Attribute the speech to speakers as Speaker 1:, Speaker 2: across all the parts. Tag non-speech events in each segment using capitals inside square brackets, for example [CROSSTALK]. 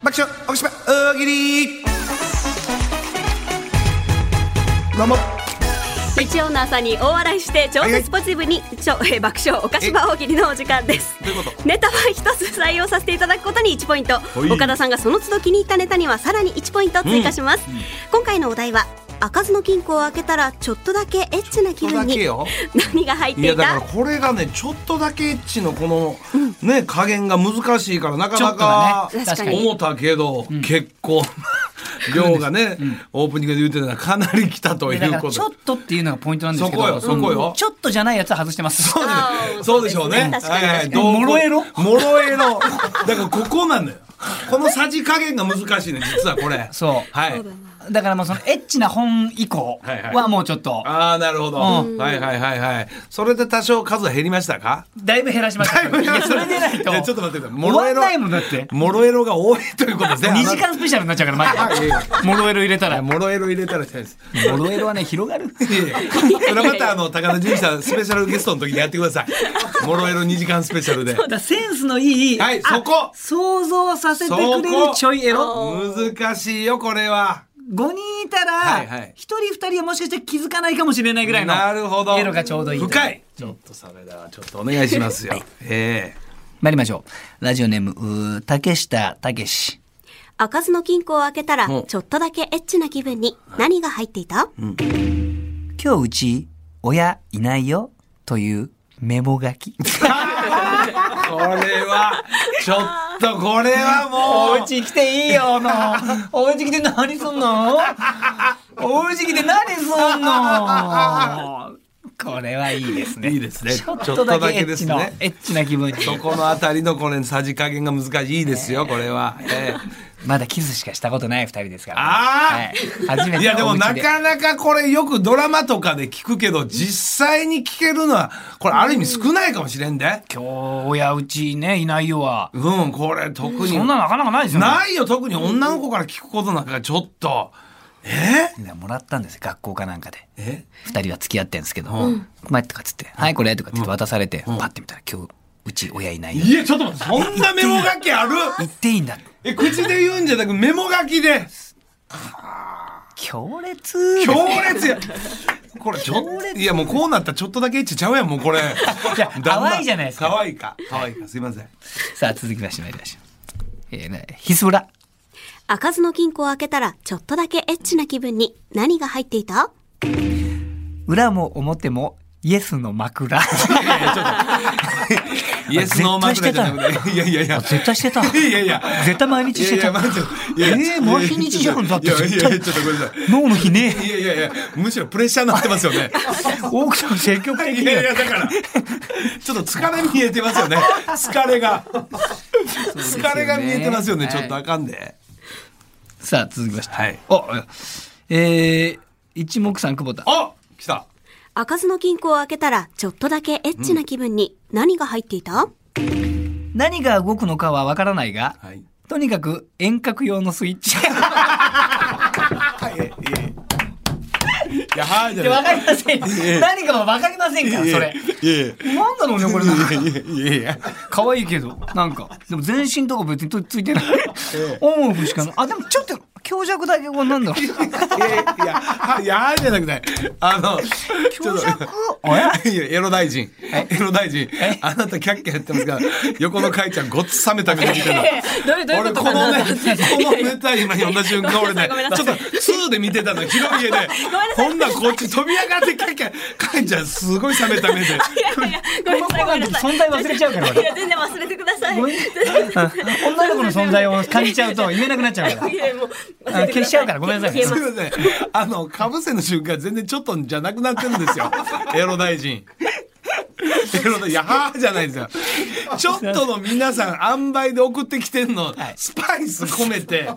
Speaker 1: 爆笑おしま大喜利どうも
Speaker 2: 日曜の朝に大笑いして超絶ポジティブに、ちょえ爆笑おかしば大喜利のお時間です
Speaker 1: どういうこと
Speaker 2: ネタは一つ採用させていただくことに1ポイント
Speaker 1: い
Speaker 2: 岡田さんがその都度気に入ったネタにはさらに1ポイント追加します、今回のお題は開かずの金庫を開けたらちょっとだけエッチな気分
Speaker 1: ち
Speaker 2: に
Speaker 1: ょっとだ
Speaker 2: 何が入っ
Speaker 1: い
Speaker 2: て
Speaker 1: や
Speaker 2: い
Speaker 1: だから
Speaker 2: た
Speaker 1: これがねちょっとだけエッチのこの、ね加減が難しいからなかなか
Speaker 2: ちょっとだね確かに
Speaker 1: 思ったけど、結構量がね、オープニングで言ってたらかなり来たとい
Speaker 3: だか
Speaker 1: う
Speaker 3: ら
Speaker 1: こ
Speaker 3: ちょっ
Speaker 1: と。
Speaker 3: とっていうのがポイントなんですけど
Speaker 1: そこよそこよ
Speaker 3: うんちょっとじゃないやつは外してます
Speaker 1: そうで
Speaker 2: あー
Speaker 1: すそうでしょうね。
Speaker 2: 確かに確かに
Speaker 1: どう
Speaker 3: もろえろ
Speaker 1: もろえろ。だからここなのよ。このさじ加減が難しいね実はこれ。
Speaker 3: そう
Speaker 1: はい。
Speaker 3: だからもうそのエッチな本以降
Speaker 1: はいはい
Speaker 3: はもうちょっと
Speaker 1: ああなるほど。
Speaker 3: う
Speaker 1: はいはいはいはい。それで多少数は減りましたか？
Speaker 3: だいぶ減らしましたいやそれでないと
Speaker 1: いやちょっと待ってください。
Speaker 3: 終わんないもんだって
Speaker 1: モロエロが多いということですね。
Speaker 3: 2時間スペシャルになっちゃうからマジ
Speaker 1: いやい
Speaker 3: でモロエロ入れた
Speaker 1: や
Speaker 3: らモ
Speaker 1: モロエロ入れたらしたいです。
Speaker 3: ロエロはね広がる
Speaker 1: いやいやそれまたあの高田純次さんスペシャルゲストの時にやってくださ
Speaker 3: [LAUGHS]
Speaker 1: い。モロエロ2時間スペシャルで。
Speaker 3: だからセンスのいい
Speaker 1: はいそこ
Speaker 3: あ想像させてくれる
Speaker 1: そこ
Speaker 3: ちょいエロ
Speaker 1: 難しいよこれは。
Speaker 3: 5人いた
Speaker 1: はいは
Speaker 3: ら
Speaker 1: い
Speaker 3: 1人2人はもしかして気づかないかもしれないぐらいの
Speaker 1: なるほど。
Speaker 3: エロがちょうどいいと
Speaker 1: 深い。ちょっとそれではちょっとお願いします
Speaker 3: [LAUGHS]
Speaker 1: よ。ええ
Speaker 3: 参りましょうラジオネームうー竹下武志
Speaker 2: 開かずの金庫を開けたらちょっとだけエッチな気分に何が入っていた、
Speaker 3: 今日うち親いないよというメモ書 [LAUGHS] き
Speaker 1: これはちょっとこれは
Speaker 3: [LAUGHS]
Speaker 1: もう。
Speaker 3: 家来ていいよの [LAUGHS] お家来て何すんのお家来て何すんのこれはいいですね
Speaker 1: いいですね
Speaker 3: ちょっとだけエッチ
Speaker 1: ち
Speaker 3: の
Speaker 1: ょっとだけですね
Speaker 3: エッチな気分に
Speaker 1: そこのあたりのこれさじ加減が難しいです [LAUGHS] よこれは。ええ
Speaker 3: まだキスしかしたことない二人ですから、
Speaker 1: あ
Speaker 3: はい初めて
Speaker 1: いやでも
Speaker 3: お
Speaker 1: な
Speaker 3: 家で
Speaker 1: かなかこれよくドラマとかで聞くけど実際に聞けるのはこれある意味少ないかもしれんで。
Speaker 3: 今日親うちねいないよは
Speaker 1: うんこれ特に
Speaker 3: そんななかなかないですよね
Speaker 1: ないよ特に女の子から聞くことなんかちょっとえ
Speaker 3: いやもらったんですよ学校かなんかで
Speaker 1: え
Speaker 3: 二人は付き合ってんですけど「前」とかっつって「はいこれ」とかって言って渡されて、パッて見たら今日うち親いないよ
Speaker 1: いやちょっと待ってそんなメモ書きある
Speaker 3: 言っていいんだ
Speaker 1: え口で言うんじゃなくメモ書きで
Speaker 3: 強烈
Speaker 1: 強烈やこれちょっといやもうこうなったらちょっとだけエッチちゃうやんもうこれ
Speaker 3: い
Speaker 1: [LAUGHS]
Speaker 3: や可愛いじゃないですか
Speaker 1: 可愛いか可愛いかすいません
Speaker 3: さあ続きまして参りましょうえーねヒスブラ
Speaker 2: 開かずの金庫を開けたらちょっとだけエッチな気分に何が入っていた
Speaker 3: 裏も表もイエスの枕
Speaker 1: イエスノーマークだけじゃなくていやいやいや
Speaker 3: [LAUGHS] 絶対してた
Speaker 1: いやいや
Speaker 3: 絶対毎日してた
Speaker 1: いやいや待っていや
Speaker 3: えーもう日にちじゃんだって
Speaker 1: いやいやいや
Speaker 3: 絶対
Speaker 1: ちょっとごめんなさい
Speaker 3: 脳の日ね
Speaker 1: いやいやいやむしろプレッシャーになってますよね
Speaker 3: [LAUGHS] 多くの積極的
Speaker 1: い
Speaker 3: に
Speaker 1: やいやだからちょっと疲れ見えてますよね疲れが疲れが見えてますよねちょっとあかんで
Speaker 3: さあ続きまして
Speaker 1: はい
Speaker 3: おえー、一目散久保田
Speaker 1: あ来た
Speaker 2: 開かずの金庫を開けたらちょっとだけエッチな気分に何が入っていた、
Speaker 3: 何が動くのかはわからないが、
Speaker 1: はい
Speaker 3: とにかく遠隔用のスイッチ [LAUGHS]
Speaker 1: いやはいじゃ
Speaker 3: わ
Speaker 1: ない
Speaker 3: かりません何かはわかりませんからそれ
Speaker 1: いやいや
Speaker 3: なんだろうねこれなんか
Speaker 1: いやいやいや
Speaker 3: 可愛いけどなんかでも全身とか別にとついてないオンオフしかないあでもちょっと強弱だけこうなんだろう
Speaker 1: いやはいやはいじゃなくてあのちょっ
Speaker 3: 強
Speaker 1: と
Speaker 3: 弱おや
Speaker 1: いやエロ大臣エロ大臣あなたキャッキャやってますから横のかいちゃんごっつ冷めた目で見てた
Speaker 2: [LAUGHS] どういうどういう
Speaker 1: 俺
Speaker 2: こ
Speaker 1: こと
Speaker 2: か
Speaker 1: の
Speaker 2: な
Speaker 1: ね、このネタ今読んだ瞬間俺ね
Speaker 2: ごめんな、
Speaker 1: ち
Speaker 2: さ
Speaker 1: ょ
Speaker 2: い
Speaker 1: っと2で見てたの広い家
Speaker 2: [LAUGHS]
Speaker 1: で、こんなんこっち飛び上がってキャッキャ、かいちゃんすごい冷めた目
Speaker 2: [LAUGHS]
Speaker 1: で。
Speaker 2: ごめんなさいごめんなさい
Speaker 3: 存在忘れちゃうから
Speaker 2: いや全然忘れてください
Speaker 3: ごめん女の子の存在を感じちゃうと言えなくなっちゃうから
Speaker 2: いやもう
Speaker 3: あ消しちゃうからごめんなさい
Speaker 2: 消え
Speaker 1: す
Speaker 2: ま
Speaker 1: い
Speaker 2: す
Speaker 1: ません。あの、かぶせの瞬間全然ちょっとじゃなくなってるんですよ。
Speaker 3: [LAUGHS]
Speaker 1: エロ大臣。エロ大いや、はーじゃないですよ。ちょっとの皆さん、塩梅で送ってきてんの
Speaker 3: はい、
Speaker 1: スパイス込めて、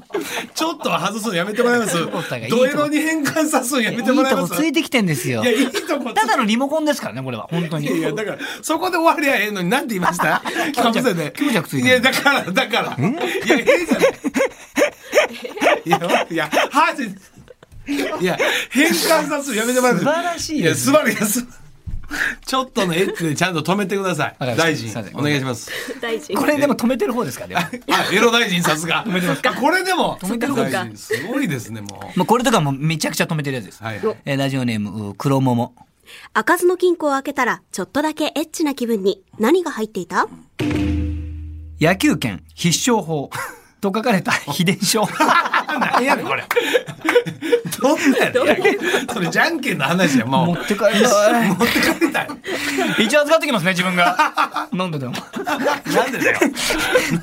Speaker 1: ちょっと外すのやめてもらいます
Speaker 3: 互いいいとこ
Speaker 1: ドエロに変換さすのや
Speaker 3: い
Speaker 1: め
Speaker 3: い
Speaker 1: てもらい
Speaker 3: と
Speaker 1: ま
Speaker 3: こ
Speaker 1: す
Speaker 3: ついてきてんですよ
Speaker 1: いや、いいとこつ
Speaker 3: ただのリモコンですからねこれは本当に
Speaker 1: いやだからそこで終わりゃええのになんて言いま
Speaker 3: [LAUGHS]
Speaker 1: したかぶせで
Speaker 3: 強弱つい
Speaker 1: い
Speaker 3: てる
Speaker 1: やだからだからいやええじゃないいやいやはじいや変換さすのやめてもらえる
Speaker 3: 素晴らしい
Speaker 1: いや
Speaker 3: です
Speaker 1: 素晴らしいですちょっとのエッチでちゃんと止めてくださ
Speaker 3: わかりま
Speaker 1: い。
Speaker 3: した
Speaker 1: 大
Speaker 3: すいません
Speaker 1: 臣、お願いします。
Speaker 2: 大臣
Speaker 3: これでも止めてる方ですかね。
Speaker 1: あ、エロ大臣さすが。あこれでも。
Speaker 3: 止めてる
Speaker 2: そっ
Speaker 1: 大
Speaker 2: か
Speaker 1: 臣、すごいですね、もう。
Speaker 3: もうこれとかもうめちゃくちゃ止めてるやつです。
Speaker 1: はいはい
Speaker 3: えーラジオネーム、う黒桃。
Speaker 2: 開かずの金庫を開けたら、ちょっとだけエッチな気分に。何が入っていた
Speaker 3: 野球拳必勝法。と書かれた [LAUGHS] 秘伝書。
Speaker 1: 何やねんこれ。どんなやねん。それじゃんけんの話や、もう。
Speaker 3: 持
Speaker 1: 持
Speaker 3: って帰りたい。
Speaker 1: って帰りたい。
Speaker 3: [LAUGHS] 一応預かってきますね、自分が。飲んでても。
Speaker 1: なんでだよ。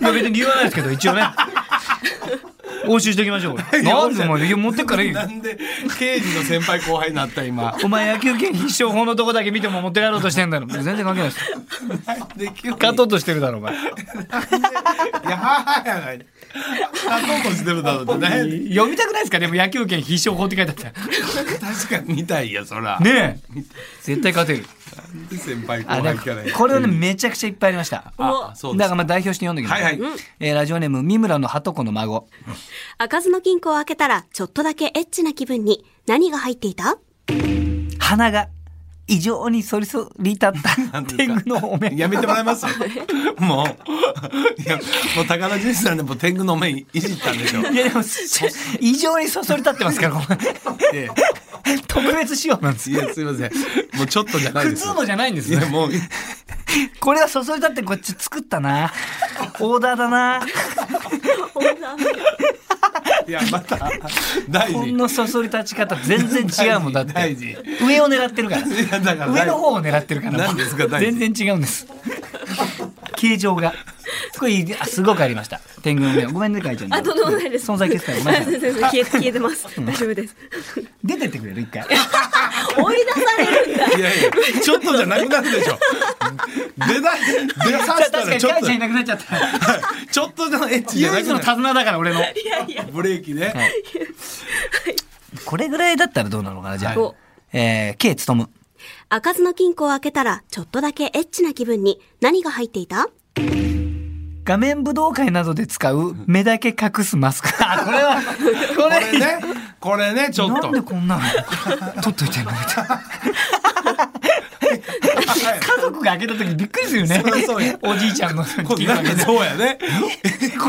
Speaker 3: いや別に理由はないですけど、一応ね。押収しておきましょう。なんでお前、いや持ってっからいい
Speaker 1: [LAUGHS]
Speaker 3: よ
Speaker 1: な。んで、刑事の先輩後輩になった今。
Speaker 3: お前野球拳必勝法のとこだけ見ても持って帰ろうとしてんだろ。全然関係ないです。
Speaker 1: で、急に。
Speaker 3: 勝とうとしてるだろ、お前。
Speaker 1: いや、はやない。勝とうとしてるだろうってね。
Speaker 3: 読みたくないですかでも野球拳必勝法って書いてあったら。
Speaker 1: [LAUGHS] 確かに見たいや、そら。
Speaker 3: ねえ。絶対勝てる。
Speaker 1: なんで先輩後
Speaker 3: あ、な
Speaker 1: 輩
Speaker 3: ん
Speaker 1: キャラ
Speaker 3: か
Speaker 1: やねん
Speaker 3: これをね、めちゃくちゃいっぱいありました。
Speaker 1: あ、そうで
Speaker 3: だ
Speaker 1: す
Speaker 3: からまあ代表して読んできま
Speaker 1: はい
Speaker 3: す。
Speaker 1: はい。
Speaker 3: えーラジオネーム、三村の鳩子の孫。
Speaker 2: 開かずの金庫を開けたら、ちょっとだけエッチな気分に。何が入っていた
Speaker 3: 鼻が異常にそりそり立った
Speaker 1: んてい
Speaker 3: 天
Speaker 1: うか
Speaker 3: 狗のお面。
Speaker 1: やめてもらえます [LAUGHS] もう。いや、もう高田純次さんでも天狗の面いじったんでしょ。
Speaker 3: いやでも、異常にそそり立ってますから、こ
Speaker 1: え
Speaker 3: れ特別仕様なんです
Speaker 1: えい
Speaker 3: よ。
Speaker 1: や、すいません。もうちょっとじゃない
Speaker 3: 普
Speaker 1: です。
Speaker 3: 通のじゃないんです
Speaker 1: いや、
Speaker 3: ね。
Speaker 1: もう、
Speaker 3: これはそそり立ってこっち作ったな。オーダーだな。
Speaker 1: いや、また、大
Speaker 3: ほん
Speaker 1: 臣。
Speaker 3: のそそり立ち方全然違うもんだっ
Speaker 1: 大
Speaker 3: て。
Speaker 1: 臣。
Speaker 3: 上を狙ってるから。
Speaker 1: いや、だから、
Speaker 3: 上の方を狙ってるから。
Speaker 1: 何ですか大臣
Speaker 3: 全然違うんです。形状が。これいいあすごくありました。天狗の目。ごめんね、会長。
Speaker 2: あとんでもないです
Speaker 3: 存在決済ごめんなさ
Speaker 2: [LAUGHS]
Speaker 3: い。
Speaker 2: 先生消えて、消えてます。大丈夫です。
Speaker 3: 出てってくれる一回。
Speaker 2: 追い出されるんだ。
Speaker 1: いやいや、ちょっとじゃなくなるでしょ。出ない、出さ
Speaker 3: じゃあ
Speaker 1: せた
Speaker 3: 確からに
Speaker 1: ちょっ
Speaker 3: カイ
Speaker 1: と
Speaker 3: ちゃんい、なくなっちゃった。
Speaker 1: ちょっとのエッチじゃな
Speaker 3: 唯
Speaker 1: く
Speaker 3: 一の
Speaker 1: な
Speaker 3: 手綱だから俺の。
Speaker 2: いやいや。
Speaker 1: る。ブレーキね。
Speaker 3: これぐらいだったらどうなのかなじゃあ。
Speaker 2: お
Speaker 3: えー、K 勤む。
Speaker 2: 開かずの金庫を開けたら、ちょっとだけエッチな気分に。何が入っていた
Speaker 3: 画面武道会などで使う目だけ隠すマスク。あ、これは、こ
Speaker 1: こ
Speaker 3: れ
Speaker 1: れね、これね、ちょっ
Speaker 3: な
Speaker 1: と
Speaker 3: んで。こんなの取っといてんのみたいな。家族が開けた時びっくりするよね
Speaker 1: そりゃそうや。
Speaker 3: おじいちゃんの
Speaker 1: これ
Speaker 3: 金庫
Speaker 1: なん
Speaker 3: 開け
Speaker 1: か
Speaker 3: て。
Speaker 1: そうやね。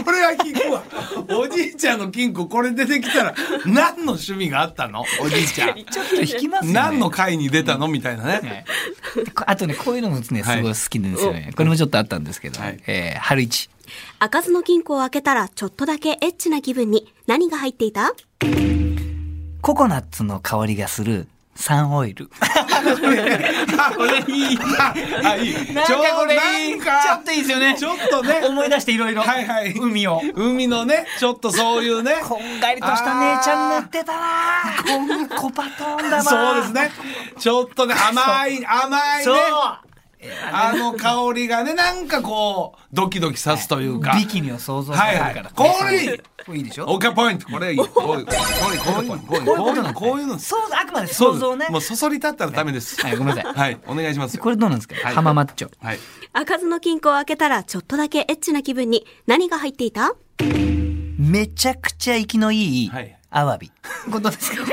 Speaker 1: これは聞くわ。おじいちゃんの金庫これ出てきたら何の趣味があったのおじいちゃん。
Speaker 3: ちょっと引きますよね。
Speaker 1: 何の会に出たのみたいなね。
Speaker 3: ねこあとね、こういうのもね、すごい好きなんですよね。これもちょっとあったんですけど、
Speaker 1: はい
Speaker 3: えー、春一。
Speaker 2: 開かずの金庫を開けたら、ちょっとだけエッチな気分に。何が入っていた
Speaker 3: ココナッツの香りがするサンオイル。これいい。
Speaker 1: あ、いい。
Speaker 3: なんかこれいい。
Speaker 1: ち
Speaker 3: ち
Speaker 1: ょ
Speaker 3: ょ
Speaker 1: な
Speaker 3: っ
Speaker 1: ん
Speaker 3: と
Speaker 1: か
Speaker 3: いいですよね。
Speaker 1: ちょっとね
Speaker 3: [LAUGHS] 思い出していろいろ。
Speaker 1: はいはい
Speaker 3: 海を。
Speaker 1: 海のね、ちょっとそういうね。
Speaker 3: [LAUGHS] こんがりとした姉ちゃん寝てたな。こん、コパトーンだな。
Speaker 1: そうです。ね。ちょっとね、甘い、甘いね
Speaker 3: そう。。
Speaker 1: あの香りがね、なんかこう、ドキドキさすというか。
Speaker 3: ビキニを想像されるから。
Speaker 1: はいはい
Speaker 3: ねそういうこれいいでしょ
Speaker 1: オッケーポイントこれいい。こういうこういうこういうこういうのこういうの
Speaker 3: そう、あくまで
Speaker 1: そう
Speaker 3: 想像
Speaker 1: で
Speaker 3: ね
Speaker 1: す。も。うそそり立ったらダメです。
Speaker 3: はいごめんなさい
Speaker 1: はい、お願いします。
Speaker 3: これどうなんですか
Speaker 1: はい
Speaker 3: 浜マッチョ。
Speaker 1: はい。
Speaker 2: 開かずの金庫を開けたら、ちょっとだけエッチな気分に。何が入っていた
Speaker 3: めちゃくちゃ生きのいい
Speaker 1: はい、
Speaker 3: アワビ。ことですか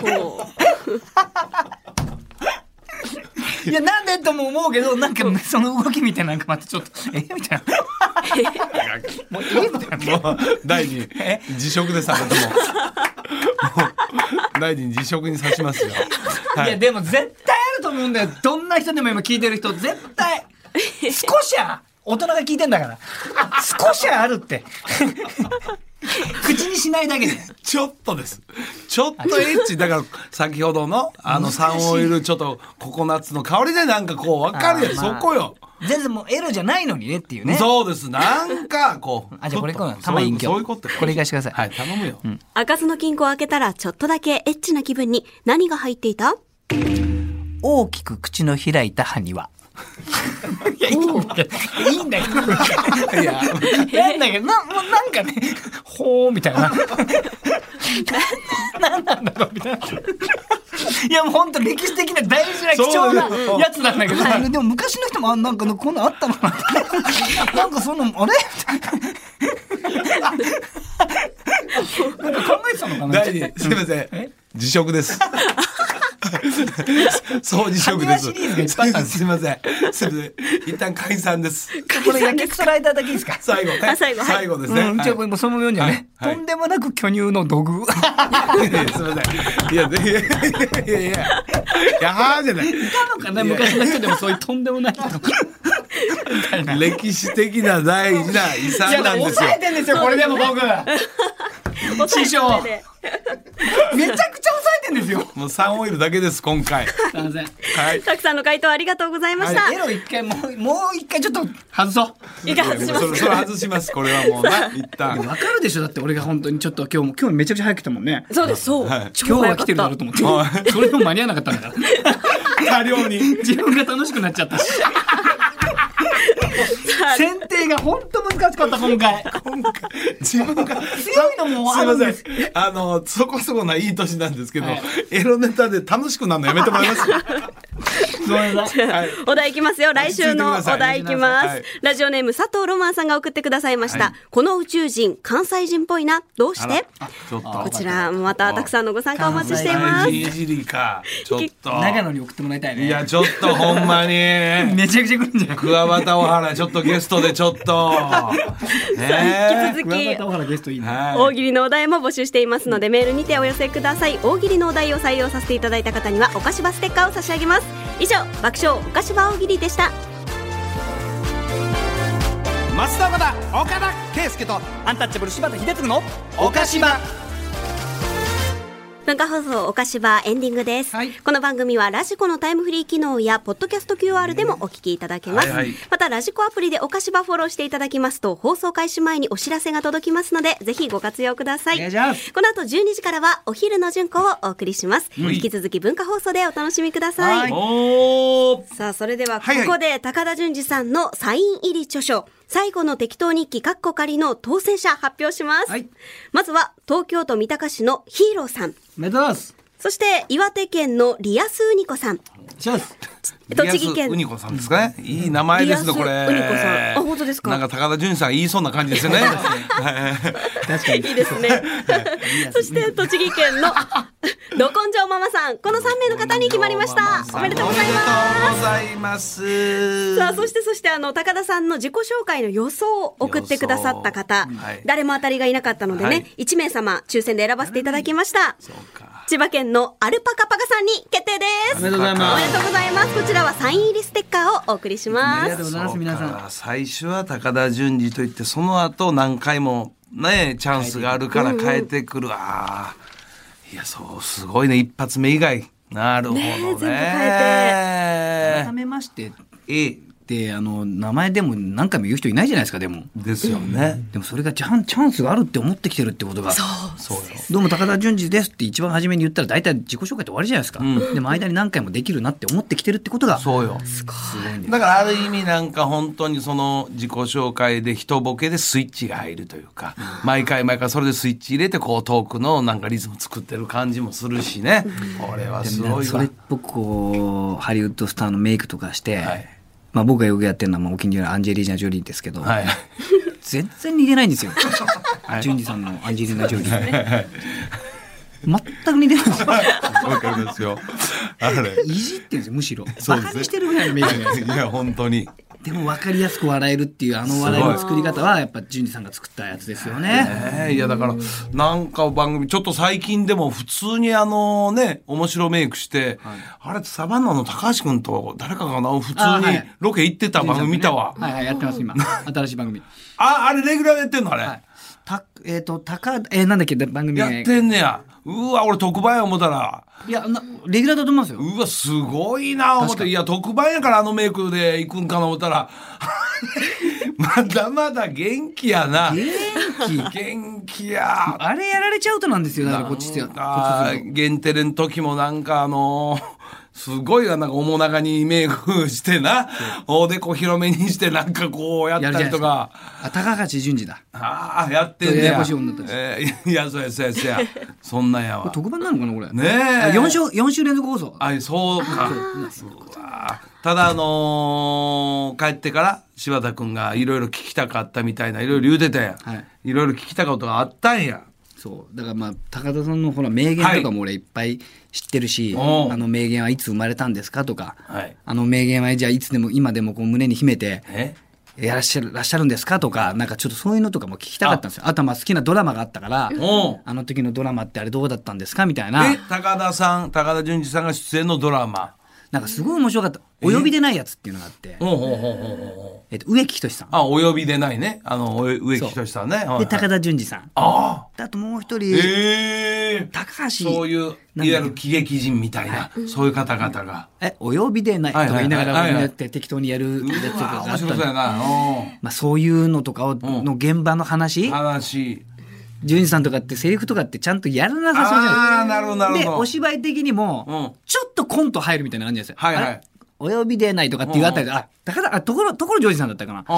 Speaker 2: ほう。
Speaker 3: [LAUGHS] いや、なんでとも思うけど、なんかその動き見てなんかまたちょっと、 [LAUGHS] えみたいな。もういいみたいな。、
Speaker 1: もう大臣辞職ですあなたも。もう大臣辞職にさしますよ。はいい。
Speaker 3: やでも絶対あると思うんだよどんな人でも今聞いてる人絶対少しは大人が聞いてんだから少しはあるって
Speaker 1: [LAUGHS]
Speaker 3: 口にしないだけで
Speaker 1: ちょっとです。ちょっとエッチだから先ほどのあのサンオイルちょっとココナッツの香りでなんかこうわかるやん
Speaker 3: あー
Speaker 1: そ
Speaker 3: まあ
Speaker 1: こよ。
Speaker 3: 全然もうエロじゃないのにねっていうね
Speaker 1: そうです。なんかこう。
Speaker 3: あじゃあこれいこうよ
Speaker 1: ちょっと
Speaker 3: 玉井今日
Speaker 1: そういうことよ
Speaker 3: これいかしてください
Speaker 1: はい、頼むよ。
Speaker 2: 開かずの金庫を開けたら、ちょっとだけエッチな気分に。何が入っていた
Speaker 3: 大きく口の開いた歯には [LAUGHS] いやいいんだけどいいんだけど
Speaker 1: いや、
Speaker 3: なんだけどなもうなんかねほーみたいな [LAUGHS] なんなんだろうみたいないやもう本当歴史的な大事な貴重な
Speaker 1: そう
Speaker 3: やつなんだけど、でも昔の人もあなんかこんなんあったのかななんかそのあれみたいななんか考えてたのかな
Speaker 1: 大臣、すいません
Speaker 3: え。
Speaker 1: 辞職です。掃除職です。。
Speaker 3: ハニワシリーズがいっぱいあったんです
Speaker 1: いません。すいません。一旦解散です。
Speaker 3: これ焼きスライダーだけですか
Speaker 1: 最後ね。
Speaker 2: あ最後はい
Speaker 1: ですね。
Speaker 3: うん、じゃあもうそのまま読んじゃうね、
Speaker 1: はい
Speaker 3: とんでもなく巨乳の土偶い
Speaker 1: はいいやいやすいません。いやいやいやいやいや。やはーじゃない。
Speaker 3: たのかな昔の人でもそういうとんでもない人みたいな
Speaker 1: 歴史的な大事な遺
Speaker 3: いや
Speaker 1: 産なんですよ
Speaker 3: 抑え。てんですよこれでも僕師匠
Speaker 2: 抑え
Speaker 3: めちゃくちゃ抑えてんですよ
Speaker 1: もうサンオイルだけです今回。
Speaker 3: すいません
Speaker 1: はい
Speaker 2: て。 [LAUGHS] たくさんの回答ありがとうございました。
Speaker 3: エロ一回もうもう一回ちょっと外そう
Speaker 2: いかがしま
Speaker 1: そ
Speaker 2: す
Speaker 1: れそれ
Speaker 2: か。
Speaker 1: 外します。これはもうな一
Speaker 3: でも [LAUGHS]
Speaker 1: 旦。
Speaker 3: わかるでしょだって俺が本当にちょっと今日も今日めちゃくちゃ早く来たもんね
Speaker 2: そうです、そう。
Speaker 1: はい
Speaker 2: 超
Speaker 3: 今日
Speaker 2: 早
Speaker 3: は
Speaker 2: か
Speaker 3: 来
Speaker 2: って
Speaker 3: るだ
Speaker 2: た
Speaker 3: ろうと思ってそれでも間に合わなかったんだから
Speaker 1: 多量に。
Speaker 3: 自分が楽しくなっちゃったし [LAUGHS] 選定が本当難しかった今回
Speaker 1: 自分が
Speaker 3: 強いのもあるんです
Speaker 1: すいませんあのそこそこないい年なんですけど、
Speaker 3: はい
Speaker 1: エロネタで楽しくなるのやめてもらえます
Speaker 3: ごめんなさい
Speaker 1: はい
Speaker 2: お題いきますよ。来週のお題いきます。
Speaker 1: はい
Speaker 2: ラジオネーム佐藤ロマンさんが送ってくださいました。この宇宙人、関西人っぽいな。どうし
Speaker 1: あ
Speaker 2: て
Speaker 1: らあちょっと
Speaker 2: こちら、またたくさんのご参加お待ちしてい
Speaker 1: 大
Speaker 2: ます。
Speaker 1: 事いじりかちょっと
Speaker 3: 長野に送ってもらいたいね
Speaker 1: いやちょっとほんまに
Speaker 3: めちゃくちゃ来るんじゃない
Speaker 1: 桑畑小原ちょっとゲストでちょっとね
Speaker 2: 引き続
Speaker 3: 桑
Speaker 2: き
Speaker 3: 田小原ゲストいいね
Speaker 1: は
Speaker 2: 大
Speaker 1: い
Speaker 2: 喜利のお題も募集していますのでメールにてお寄せください大喜利のお題を採用させていただいた方にはお菓子場ステッカーを差し上げます以上爆笑お菓子場大喜利でした
Speaker 4: 増田岡田岡田圭佑と
Speaker 3: アンタッチャブル柴田秀嗣の
Speaker 4: 岡島
Speaker 2: 文化放送お菓子場エンディングです、
Speaker 3: はい
Speaker 2: この番組はラジコのタイムフリー機能やポッドキャスト QR でもお聞きいただけます、
Speaker 1: はいはい
Speaker 2: またラジコアプリでお菓子場フォローしていただきますと放送開始前にお知らせが届きますのでぜひご活用ください
Speaker 3: お願いします
Speaker 2: この後12時からはお昼の順行をお送りします、引き続き文化放送でお楽しみくださ
Speaker 3: はいい
Speaker 1: おー
Speaker 2: さあ、それではこ
Speaker 1: はいはい
Speaker 2: こで高田純次さんのサイン入り著書、最後の適当日記、カッコ仮の当選者発表します。
Speaker 3: はい
Speaker 2: まずは、東京都三鷹市のヒーローさん。
Speaker 3: おめでとうございます
Speaker 2: そして、岩手県のリアスウニコさん。
Speaker 3: します
Speaker 2: 栃木県
Speaker 1: リアスウニコさんですかねいい名前ですねこれ
Speaker 2: リアスウニコさんあ本当ですか
Speaker 1: なんか高田純次さん言いそうな感じですよね
Speaker 3: 確かに
Speaker 2: いいです [LAUGHS] ね。そして、栃木県の [LAUGHS] ど根性ママさん。この3名の方に決まりました。おめでとうございます。
Speaker 1: おめでとうございます
Speaker 2: さあそしてそしてあの高田さんの自己紹介の予想を送ってくださった方、
Speaker 1: 予想はい
Speaker 2: 誰も当たりがいなかったのでね、
Speaker 1: はい
Speaker 2: 1名様抽選で選ばせていただきました
Speaker 1: そうか
Speaker 2: 千葉県のアルパカパカさんに決定です
Speaker 3: おめでとうござい
Speaker 2: お
Speaker 3: ま
Speaker 2: め
Speaker 3: す
Speaker 2: でとうございますこちらはサイン入りステッカーをお送りし
Speaker 3: あり
Speaker 2: ま
Speaker 3: がと
Speaker 2: す
Speaker 3: うございます皆さん
Speaker 1: 最初は高田純次といってその後何回もねチャンスがあるから変えてくる、あーいやそうすごいね一発目以外なるほどね
Speaker 2: ねえ全部変
Speaker 3: 改めましてっ
Speaker 1: いい
Speaker 3: てあの名前でも何回も言う人いないじゃないですかでも
Speaker 1: ですよね、
Speaker 3: でもそれがチャンチャンスがあるって思ってきてるってことが
Speaker 1: そうよ
Speaker 3: どうも高田純次ですって一番初めに言ったら大体自己紹介って終わりじゃないですか、でも間に何回もできるなって思ってきてるってことがすご
Speaker 1: そうよ
Speaker 3: いんで
Speaker 1: だからある意味なんか本当にその自己紹介で人ボケでスイッチが入るというか、毎回毎回それでスイッチ入れてこうトークのなんかリズム作ってる感じもするしね、これはすごい
Speaker 3: それ
Speaker 1: わ
Speaker 3: っぽくこうハリウッドスターのメイクとかして、
Speaker 1: はい
Speaker 3: まあ、僕がよくやってるのはまあお気に入りのアンジェリーナ・ジョリーですけど、
Speaker 1: はい
Speaker 3: 全然似てないんですよ純次さんのアンジェリーナ・ジョリー、全く似てないんですよ
Speaker 1: わかりますよあれ
Speaker 3: いじってるんですよむしろ
Speaker 1: そうです
Speaker 3: バ
Speaker 1: ね
Speaker 3: カにしてるぐらいのメイクで
Speaker 1: いや本当に
Speaker 3: でも分かりやすく笑えるっていうあの笑いの作り方はやっぱ純次さんが作ったやつですよね
Speaker 1: ねえいやだからなんか番組ちょっと最近でも普通にあのね面白メイクして、あれサバンナの高橋君と誰かがな普通
Speaker 3: あは
Speaker 1: に
Speaker 3: い
Speaker 1: ロケ行ってた番組見たわ、
Speaker 3: はいはいやってま
Speaker 1: [LAUGHS]
Speaker 3: す今新しい番組
Speaker 1: ああれレギュラーでやってんのあれ、
Speaker 3: はいたえっ、と高えーなんだっけ番組
Speaker 1: や
Speaker 3: 名
Speaker 1: ってんねやうわ俺特番や思ったら
Speaker 3: いやなレギュラーだと思いますよ
Speaker 1: うわすごいな思っ
Speaker 3: 確か
Speaker 1: て
Speaker 3: に
Speaker 1: いや特番やからあのメイクで行くんかな思ったら [LAUGHS] まだまだ元気やな
Speaker 3: 元気
Speaker 1: 元気や
Speaker 3: あれやられちゃうとなんですよだからこっちってこっち
Speaker 1: あ
Speaker 3: する
Speaker 1: ー限定の時もなんかあのーすごいなんか面長にメイクしてなおでこ広めにしてなんかこうやっ
Speaker 3: とやる
Speaker 1: たり
Speaker 3: じゃないで
Speaker 1: と
Speaker 3: すか
Speaker 1: か。
Speaker 3: あ高橋純次だ
Speaker 1: ああやってんねや
Speaker 3: ややこしい女だったし
Speaker 1: えーいやそうやそうやそうやそんなんや
Speaker 3: これ
Speaker 1: わ
Speaker 3: [LAUGHS] 特番なのかなこれ
Speaker 1: ねえ
Speaker 3: あ四週四週連続放送
Speaker 1: あそうかうわーただあのー帰ってから柴田君がいろいろ聞きたかったみたいないろいろ言うてたやん、
Speaker 3: はい
Speaker 1: いろいろ聞きたかったことがあったんや
Speaker 3: そうだからまあ高田さんのほら名言とかも俺いっぱい知ってるし、
Speaker 5: おう
Speaker 3: あの名言はいつ生まれたんですかとか、
Speaker 5: はい
Speaker 3: あの名言はじゃあいつでも今でもこう胸に秘めて
Speaker 5: え
Speaker 3: やらっしゃるらっしゃるんですかとかなんかちょっとそういうのとかも聞きたかったんですよあとはまあ好きなドラマがあったから
Speaker 1: おう
Speaker 3: あの時のドラマってあれどうだったんですかみたいな
Speaker 1: え高田さん高田純次さんが出演のドラマ
Speaker 3: なんかすごい面白かった「お呼びでないやつ」っていうのがあって、
Speaker 1: おうおうおうおうおう
Speaker 3: えっと、植木仁さん
Speaker 1: あお呼びでないねあのお植木仁さんねはいはい
Speaker 3: で高田純次さん
Speaker 1: ああ
Speaker 3: あともう一人、
Speaker 1: ええ
Speaker 3: 高橋
Speaker 1: そういういわ
Speaker 3: なんだっけ
Speaker 1: ゆる喜劇人みたいなそういう方々が
Speaker 3: えお呼びでないとか言いながら、
Speaker 1: はいはいはいはい
Speaker 3: こうやって適当にやる
Speaker 1: う
Speaker 3: やつとか
Speaker 1: わ
Speaker 3: があ
Speaker 1: 面
Speaker 3: った
Speaker 1: 白
Speaker 3: ん
Speaker 1: そう
Speaker 3: で
Speaker 1: やなう
Speaker 3: まあ、そういうのとかを、
Speaker 1: ん
Speaker 3: の現場の話
Speaker 1: ん話
Speaker 3: 純次さんとかってセリフとかってちゃんとやらなさそうじゃない
Speaker 1: あーなるほどなるほど
Speaker 3: でお芝居的にも、
Speaker 1: うん
Speaker 3: ちょっとコント入るみたいな感じなんですよ。
Speaker 1: はいはい
Speaker 3: あれお呼びでないとかっていうあたりで、あだからあところところジョージさんだったかな
Speaker 1: うん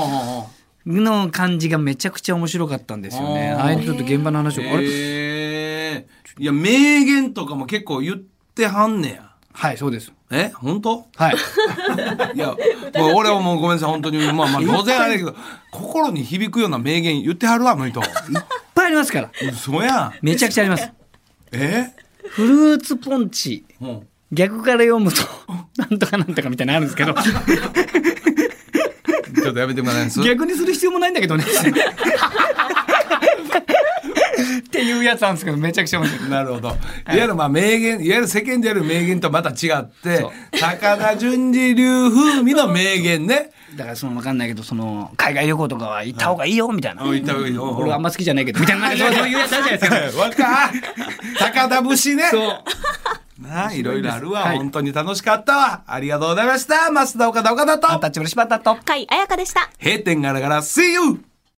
Speaker 1: うんうん
Speaker 3: の感じがめちゃくちゃ面白かったんですよね。
Speaker 1: うん
Speaker 3: あれちょっと現場の話を、あれ
Speaker 1: ええいや名言とかも結構言ってはんねや
Speaker 3: はいそうです。
Speaker 1: え本当 [LAUGHS]
Speaker 3: はい。
Speaker 1: いやもう俺はもうごめんなさい本当にまあまあ当然あれやけど心に響くような名言言ってはるわあの
Speaker 3: [LAUGHS]
Speaker 1: 人
Speaker 3: いっぱいありますから。
Speaker 1: 嘘やん
Speaker 3: めちゃくちゃあります。
Speaker 1: え
Speaker 3: フルーツポンチ
Speaker 1: うん
Speaker 3: 逆から読 [LAUGHS] むとなんとかなんとかみたいなのあるんですけど
Speaker 1: ちょっとやめてもらえます
Speaker 3: [LAUGHS] 逆にする必要もないんだけどね。っていうやつなんですけどめちゃくちゃ面白い。
Speaker 1: なるほど。いわゆるまあ名言、いわゆる世間でやる名言とはまた違って、高田純次流風味の名言ね。
Speaker 3: だからその分かんないけどその海外旅行とかは行った方がいいよみたいな、
Speaker 1: あ言った方がいいよ。
Speaker 3: 俺はあんま好きじゃないけどみたいな [LAUGHS] なんかそうそういうやつあるじゃないで
Speaker 1: [LAUGHS]
Speaker 3: すか
Speaker 1: わか高田節ね。
Speaker 3: そう
Speaker 1: なあ、いろいろあるわ。
Speaker 3: はい
Speaker 1: 本当に楽しかったわ。ありがとうございました。増田岡田岡田
Speaker 3: アン
Speaker 1: と、
Speaker 3: タッチャブル柴田と
Speaker 2: 甲斐彩香でした
Speaker 1: 閉店ガラガラ、See you!